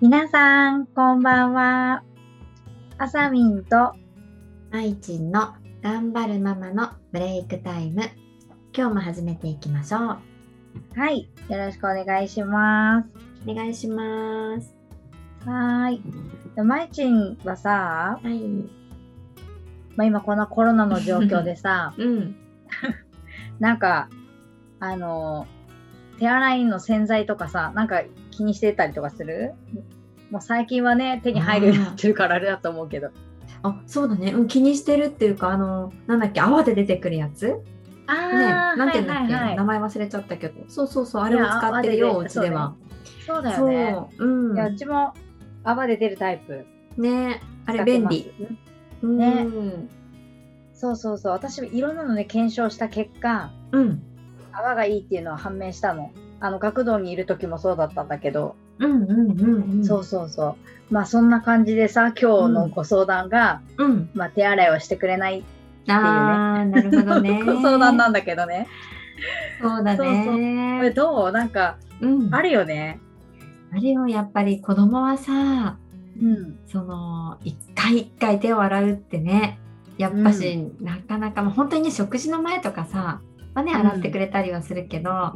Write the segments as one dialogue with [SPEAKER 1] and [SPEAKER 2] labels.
[SPEAKER 1] 皆さん、こんばんは。あさみんと、
[SPEAKER 2] まいちんの頑張るママのブレイクタイム今日も始めていきましょう
[SPEAKER 1] はい、よろしくお願いします。
[SPEAKER 2] お願いします
[SPEAKER 1] はーい。でまいちんはさ、
[SPEAKER 2] はい、
[SPEAKER 1] まあ、今このコロナの状況でさ
[SPEAKER 2] うん
[SPEAKER 1] なんか、あの、手洗いの洗剤とかさ、なんか気にしてたりとかするもう最近はね、手に入るようになってるからあれだと思うけど。
[SPEAKER 2] あそうだね、うん、気にしてるっていうかあのなんだっけ泡で出てくるやつね
[SPEAKER 1] あー
[SPEAKER 2] なんていうんだっけ、
[SPEAKER 1] はいはい
[SPEAKER 2] 名
[SPEAKER 1] はい
[SPEAKER 2] 前忘れちゃったけどそうそうそうあれを使ってるよ
[SPEAKER 1] いや
[SPEAKER 2] お家では
[SPEAKER 1] そうだ
[SPEAKER 2] そ
[SPEAKER 1] よ
[SPEAKER 2] う,、
[SPEAKER 1] ね。
[SPEAKER 2] うん
[SPEAKER 1] いや、うちも泡で出るタイプ。
[SPEAKER 2] ね
[SPEAKER 1] あ
[SPEAKER 2] あれ便利。
[SPEAKER 1] ね
[SPEAKER 2] うん
[SPEAKER 1] そうそうそう。私、いろんなので検証した結果、
[SPEAKER 2] うん
[SPEAKER 1] 泡がいいっていうのは判明したの。あの学童にいる時もそうだったんだけど、
[SPEAKER 2] うんうんうんうん
[SPEAKER 1] そうそうそうまあそんな感じでさ今日のご相談が、
[SPEAKER 2] うん
[SPEAKER 1] まあ、手洗いをしてくれない
[SPEAKER 2] あーなるほ どね
[SPEAKER 1] ご相談なんだけどね、
[SPEAKER 2] そうだ
[SPEAKER 1] こ
[SPEAKER 2] ね
[SPEAKER 1] れどうなんか
[SPEAKER 2] うん
[SPEAKER 1] あるよね
[SPEAKER 2] あれよやっぱり子供はさ
[SPEAKER 1] うん
[SPEAKER 2] その一回一回手を洗うってねやっぱし、なかなかもう本当にね食事の前とかさ、まあね、
[SPEAKER 1] うん
[SPEAKER 2] 洗ってくれたりはするけど、
[SPEAKER 1] うん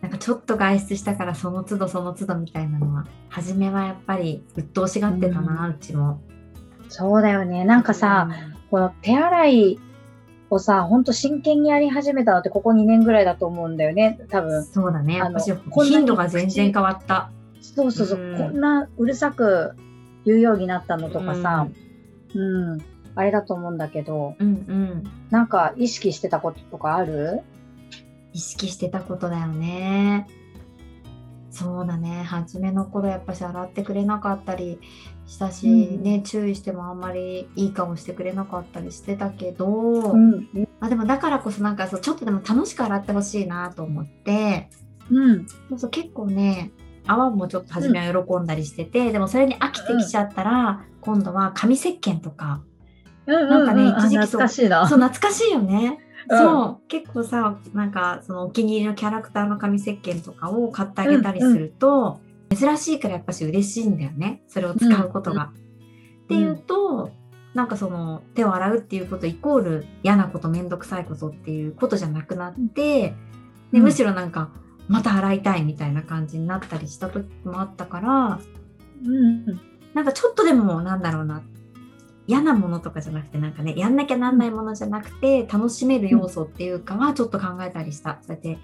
[SPEAKER 2] なんかちょっと外出したからその都度その都度みたいなのは初めはやっぱり鬱陶しがってたな、うちも。
[SPEAKER 1] そうだよねなんかさ、この手洗いをさほんと真剣にやり始めたのってここ2年ぐらいだと思うんだよね多
[SPEAKER 2] う
[SPEAKER 1] 分
[SPEAKER 2] ん、そうだねや
[SPEAKER 1] あ
[SPEAKER 2] っ
[SPEAKER 1] の
[SPEAKER 2] ぱし
[SPEAKER 1] こんなに
[SPEAKER 2] 頻度が全然変わった。
[SPEAKER 1] そうそうそう、
[SPEAKER 2] うん
[SPEAKER 1] こんなうるさく言うようになったのとかさ、うん、あれだと思うんだけど、
[SPEAKER 2] うん、うんうん
[SPEAKER 1] なんか意識してたこととかある
[SPEAKER 2] 意識してたことだよね。そうだね初めの頃やっぱし洗ってくれなかったりしたし、
[SPEAKER 1] うん
[SPEAKER 2] ね注意してもあんまりいい顔してくれなかったりしてたけど、
[SPEAKER 1] ん、
[SPEAKER 2] まあ、でもだからこそなんかそうちょっとでも楽しく洗ってほしいなと思って
[SPEAKER 1] うん、
[SPEAKER 2] そうそう結構ね泡もちょっと初めは喜んだりしてて、でもそれに飽きてきちゃったら、今度は紙石鹸とか
[SPEAKER 1] なん
[SPEAKER 2] かね一時期そ
[SPEAKER 1] 懐
[SPEAKER 2] う
[SPEAKER 1] かしいな。
[SPEAKER 2] そう懐かしいよね。
[SPEAKER 1] うん
[SPEAKER 2] そう結構さなんかそのお気に入りのキャラクターの紙石鹸とかを買ってあげたりすると、珍しいからやっぱし嬉しいんだよねそれを使うことが。っていうとなんかその手を洗うっていうことイコール嫌なこと面倒くさいことっていうことじゃなくなって、
[SPEAKER 1] う
[SPEAKER 2] で
[SPEAKER 1] ん
[SPEAKER 2] むしろなんかまた洗いたいみたいな感じになったりした時もあったから
[SPEAKER 1] うん、
[SPEAKER 2] なんかちょっとでもなんだろうな嫌なものとかじゃなくてなんかねやんなきゃなんないものじゃなくて楽しめる要素っていうかはちょっと考えたりした、そうやって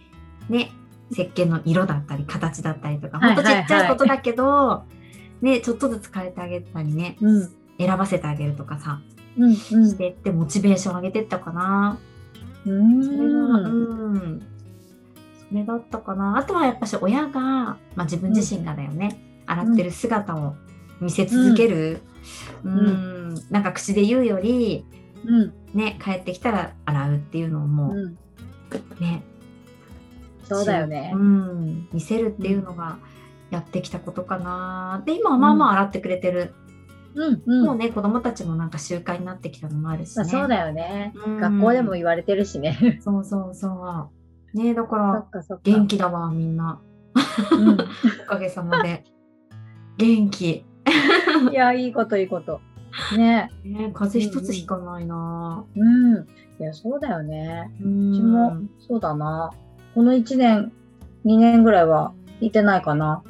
[SPEAKER 2] ね石鹸の色だったり形だったりとか
[SPEAKER 1] はい
[SPEAKER 2] ほん
[SPEAKER 1] は
[SPEAKER 2] と
[SPEAKER 1] い
[SPEAKER 2] ち
[SPEAKER 1] はい
[SPEAKER 2] っちゃいことだけど、ねちょっとずつ変えてあげたりね
[SPEAKER 1] うん、
[SPEAKER 2] 選ばせてあげるとかさ
[SPEAKER 1] うん、
[SPEAKER 2] してってモチベーション上げてったかな
[SPEAKER 1] うん、
[SPEAKER 2] それが
[SPEAKER 1] うん、
[SPEAKER 2] うんそれだったかなあとはやっぱし親が、まあ、自分自身がだよね、洗ってる姿を見せ続ける、うんんなんか口で言うより
[SPEAKER 1] うん、
[SPEAKER 2] ね帰ってきたら洗うっていうのをも
[SPEAKER 1] うん、
[SPEAKER 2] うね、
[SPEAKER 1] そうだよね
[SPEAKER 2] う。ん、見せるっていうのがやってきたことかなで今はまあまあ洗ってくれてる、
[SPEAKER 1] うん、う、
[SPEAKER 2] もうんね子供たちもなんか習慣になってきたのもあるし、
[SPEAKER 1] ま
[SPEAKER 2] ね
[SPEAKER 1] あ、そうだよね。
[SPEAKER 2] うん
[SPEAKER 1] 学校でも言われてるしね。
[SPEAKER 2] そうそうそうねだか
[SPEAKER 1] そ
[SPEAKER 2] ら
[SPEAKER 1] っか、そっか。
[SPEAKER 2] 元気だわみんなおかげさまで元
[SPEAKER 1] う
[SPEAKER 2] 気、
[SPEAKER 1] んいや、いいこと、いいこと。ね、
[SPEAKER 2] ね、風邪一つひかないな
[SPEAKER 1] うん、いや、そうだよね。
[SPEAKER 2] う
[SPEAKER 1] ちもそうだな。この一年、二年ぐらいは。いてないかな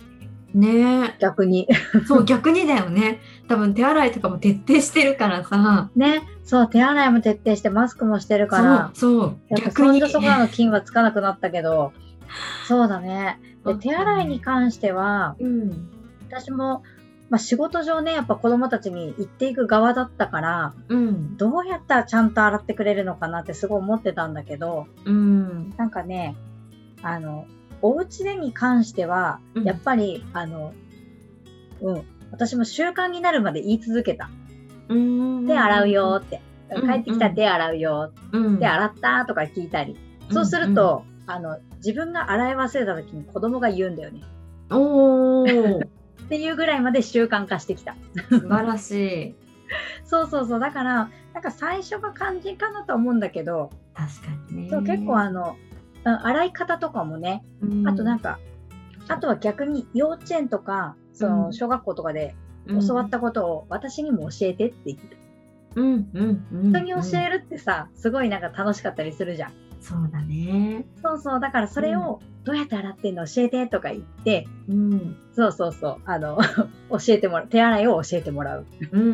[SPEAKER 2] ね
[SPEAKER 1] 逆に
[SPEAKER 2] そう逆にだよね多分手洗いとかも徹底してるからさ
[SPEAKER 1] ねそう手洗いも徹底してマスクもしてるから
[SPEAKER 2] そうそう
[SPEAKER 1] やっぱ
[SPEAKER 2] 逆
[SPEAKER 1] そん
[SPEAKER 2] に
[SPEAKER 1] じそこらの菌はつかなくなったけど、そうだね。で手洗いに関しては、
[SPEAKER 2] うん
[SPEAKER 1] 私も、まあ、仕事上ね、やっぱ子供たちに行っていく側だったから、
[SPEAKER 2] うん
[SPEAKER 1] どうやったらちゃんと洗ってくれるのかなってすごい思ってたんだけど、
[SPEAKER 2] うん
[SPEAKER 1] なんかね、あの、お家でに関しては
[SPEAKER 2] う、ん
[SPEAKER 1] やっぱり、あの、うん、私も習慣になるまで言い続けた。
[SPEAKER 2] うん
[SPEAKER 1] 手洗うよーって。
[SPEAKER 2] うん
[SPEAKER 1] 帰ってきたら手洗うよー
[SPEAKER 2] うん
[SPEAKER 1] 手洗ったとか聞いたり。そうすると、あの自分が洗い忘れた時に子供が言うんだよね。
[SPEAKER 2] うんおー
[SPEAKER 1] っていうぐらいまで習慣化してきた。
[SPEAKER 2] 素晴らしい
[SPEAKER 1] そうそうそう。だから、なんか最初が肝心かなと思うんだけど、
[SPEAKER 2] 確かにね
[SPEAKER 1] そう結構あの、うん洗い方とかもね、あとなんか、あとは逆に幼稚園とかそうの
[SPEAKER 2] ん
[SPEAKER 1] 小学校とかで
[SPEAKER 2] うん
[SPEAKER 1] 教わったことを私にも教えてって言って、
[SPEAKER 2] うんうんうん
[SPEAKER 1] 人に教えるってさすごいなんか楽しかったりするじゃん。
[SPEAKER 2] そうだね
[SPEAKER 1] そうそうだからそれをどうやって洗ってんの教えてとか言って
[SPEAKER 2] うん
[SPEAKER 1] そうそうそうあの 教えてもらう手洗いを教えてもらう。
[SPEAKER 2] うんうん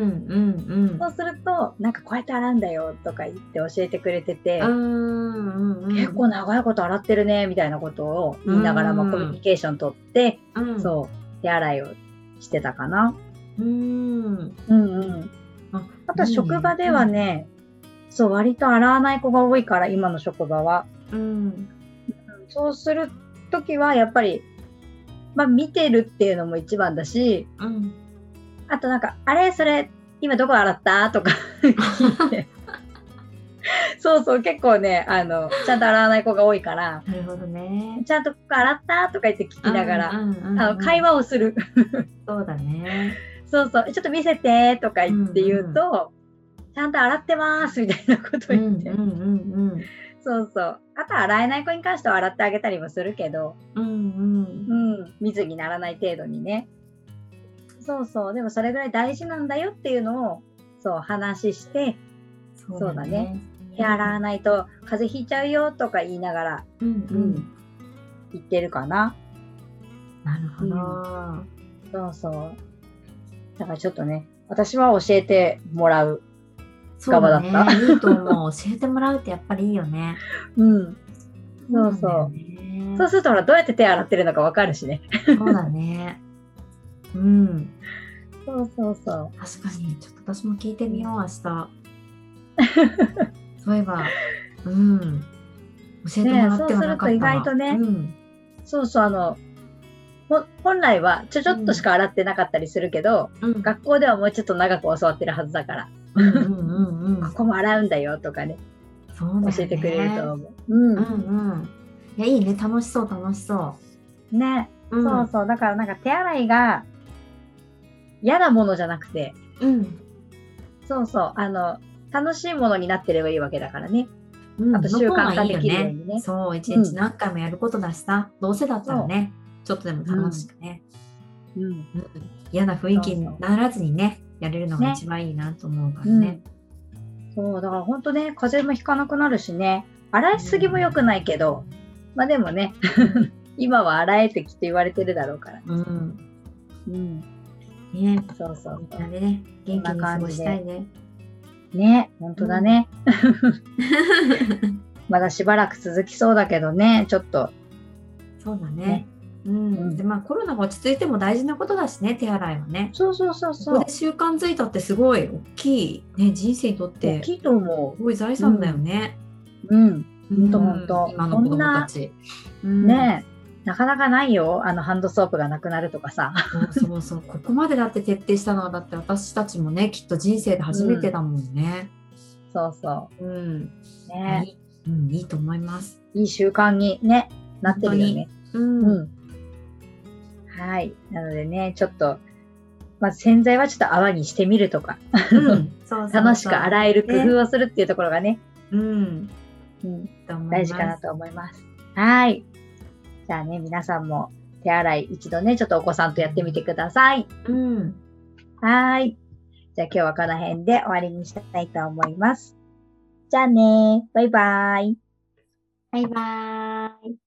[SPEAKER 2] うん
[SPEAKER 1] そうするとなんかこうやって洗うんだよとか言って教えてくれてて。
[SPEAKER 2] うんうん
[SPEAKER 1] 結構長いこと洗ってるねみたいなことを言いながら、
[SPEAKER 2] う
[SPEAKER 1] ま
[SPEAKER 2] ん
[SPEAKER 1] あ、コミュニケーション取って、
[SPEAKER 2] うん
[SPEAKER 1] そう手洗いをしてたかな。
[SPEAKER 2] うん
[SPEAKER 1] うんうん、
[SPEAKER 2] あ
[SPEAKER 1] あとは職場ではね、そう割と洗わない子が多いから今の職場は。
[SPEAKER 2] うん
[SPEAKER 1] そうする時はやっぱり、まあ、見てるっていうのも一番だし
[SPEAKER 2] うん
[SPEAKER 1] あとなんか「あれそれ今どこ洗った?」とか 聞いて。そうそう結構ねあのちゃんと洗わない子が多いから
[SPEAKER 2] なるほどね
[SPEAKER 1] 「ちゃんとここ洗った?」とか言って聞きながら、
[SPEAKER 2] うんうんうんうん
[SPEAKER 1] あの会話をする
[SPEAKER 2] そうだね
[SPEAKER 1] そうそうちょっと見せてとか言って言うと、ちゃんと洗ってますみたいなこと
[SPEAKER 2] うんう
[SPEAKER 1] 言っ
[SPEAKER 2] ん
[SPEAKER 1] て、
[SPEAKER 2] うん
[SPEAKER 1] そうそうあとは洗えない子に関しては洗ってあげたりもするけど、
[SPEAKER 2] うんうん
[SPEAKER 1] うん、水にならない程度にねそうそうでもそれぐらい大事なんだよっていうのをそう話してそうだね手洗わないと風邪ひいちゃうよとか言いながら
[SPEAKER 2] うんうん
[SPEAKER 1] 言ってるかな
[SPEAKER 2] なるほど
[SPEAKER 1] そうそうだからちょっとね私は教えてもらう
[SPEAKER 2] そうだね
[SPEAKER 1] ガバだっ
[SPEAKER 2] いいと思う教えてもらうってやっぱりいいよね
[SPEAKER 1] うんそうそう
[SPEAKER 2] う
[SPEAKER 1] そうするとほらどうやって手洗ってるのかわかるしね。
[SPEAKER 2] そうだね。うん、
[SPEAKER 1] そうそうそう。
[SPEAKER 2] 確かに、ちょっと私も聞いてみよう、明日。 そういえば、うん。教えてもらって
[SPEAKER 1] ねそうす
[SPEAKER 2] はなかったわ、
[SPEAKER 1] ると意外とね
[SPEAKER 2] うん、
[SPEAKER 1] そうそうあのほ本来はちょちょっとしか洗ってなかったりするけど、
[SPEAKER 2] うん、
[SPEAKER 1] 学校ではもうちょっと長く教わってるはずだから、
[SPEAKER 2] うん、うん、うん、うん
[SPEAKER 1] こ、こも洗うんだよとかね
[SPEAKER 2] そうだよね
[SPEAKER 1] 教えてくれると。思う。うん
[SPEAKER 2] う、ん、うん。いや、いいね、楽しそう、楽しそ
[SPEAKER 1] ね、
[SPEAKER 2] う。うん、
[SPEAKER 1] そうそうだからなんか手洗いが嫌なものじゃなくて
[SPEAKER 2] うん、
[SPEAKER 1] そうそうあの楽しいものになってればいいわけだからね。
[SPEAKER 2] うん、
[SPEAKER 1] あと習慣化
[SPEAKER 2] の方がいいよ
[SPEAKER 1] できるようにね
[SPEAKER 2] そう、一日何回もやることだしさ、どうせだったらね、ちょっとでも楽しくね。
[SPEAKER 1] うん
[SPEAKER 2] うん嫌な雰囲気にならずにねやれるのが一番いいなと思うから
[SPEAKER 1] うん
[SPEAKER 2] ね。
[SPEAKER 1] そうだから本当ね風邪もひかなくなるしね洗いすぎも良くないけど、まあでも ね今は洗えてきて言われてるだろうから。
[SPEAKER 2] うん、
[SPEAKER 1] うん、
[SPEAKER 2] ね
[SPEAKER 1] そうそう
[SPEAKER 2] みんなでね元気に過ごしたいね。
[SPEAKER 1] ね本当だね、 まだしばらく続きそうだけどねちょっと
[SPEAKER 2] そうだね。
[SPEAKER 1] ね
[SPEAKER 2] うん、でまあコロナが落ち着いても大事なことだしね手洗いはね。
[SPEAKER 1] そうそうそう
[SPEAKER 2] こ
[SPEAKER 1] そ
[SPEAKER 2] こ
[SPEAKER 1] う
[SPEAKER 2] で習慣づいたってすごい大きい、ね、人生にとっ
[SPEAKER 1] 大
[SPEAKER 2] てす
[SPEAKER 1] きいと思
[SPEAKER 2] ごい財産だよね。
[SPEAKER 1] ううん
[SPEAKER 2] うん
[SPEAKER 1] ほんとほんと
[SPEAKER 2] 今の子供たち。うん
[SPEAKER 1] ねなかなかないよあのハンドソープがなくなるとかさ
[SPEAKER 2] そうそうそうここまでだって徹底したのはだって私たちもねきっと人生で初めてだもんね。
[SPEAKER 1] そうそ
[SPEAKER 2] うん
[SPEAKER 1] うね
[SPEAKER 2] いいうん、いいと思います。
[SPEAKER 1] いい習慣にねなってるよね
[SPEAKER 2] うん
[SPEAKER 1] うんはいなのでねちょっとまあ、洗剤はちょっと泡にしてみるとか
[SPEAKER 2] そうそう
[SPEAKER 1] 楽しく洗える工夫をするっていうところがね、
[SPEAKER 2] うん、
[SPEAKER 1] うん、
[SPEAKER 2] と思います
[SPEAKER 1] 大事かな。と思います。はい。じゃあね、皆さんも手洗い一度ね、ちょっとお子さんとやってみてください。
[SPEAKER 2] うん、
[SPEAKER 1] はい。じゃあ今日はこの辺で終わりにしたいと思います。じゃあね、バイバイ。
[SPEAKER 2] バイバーイ。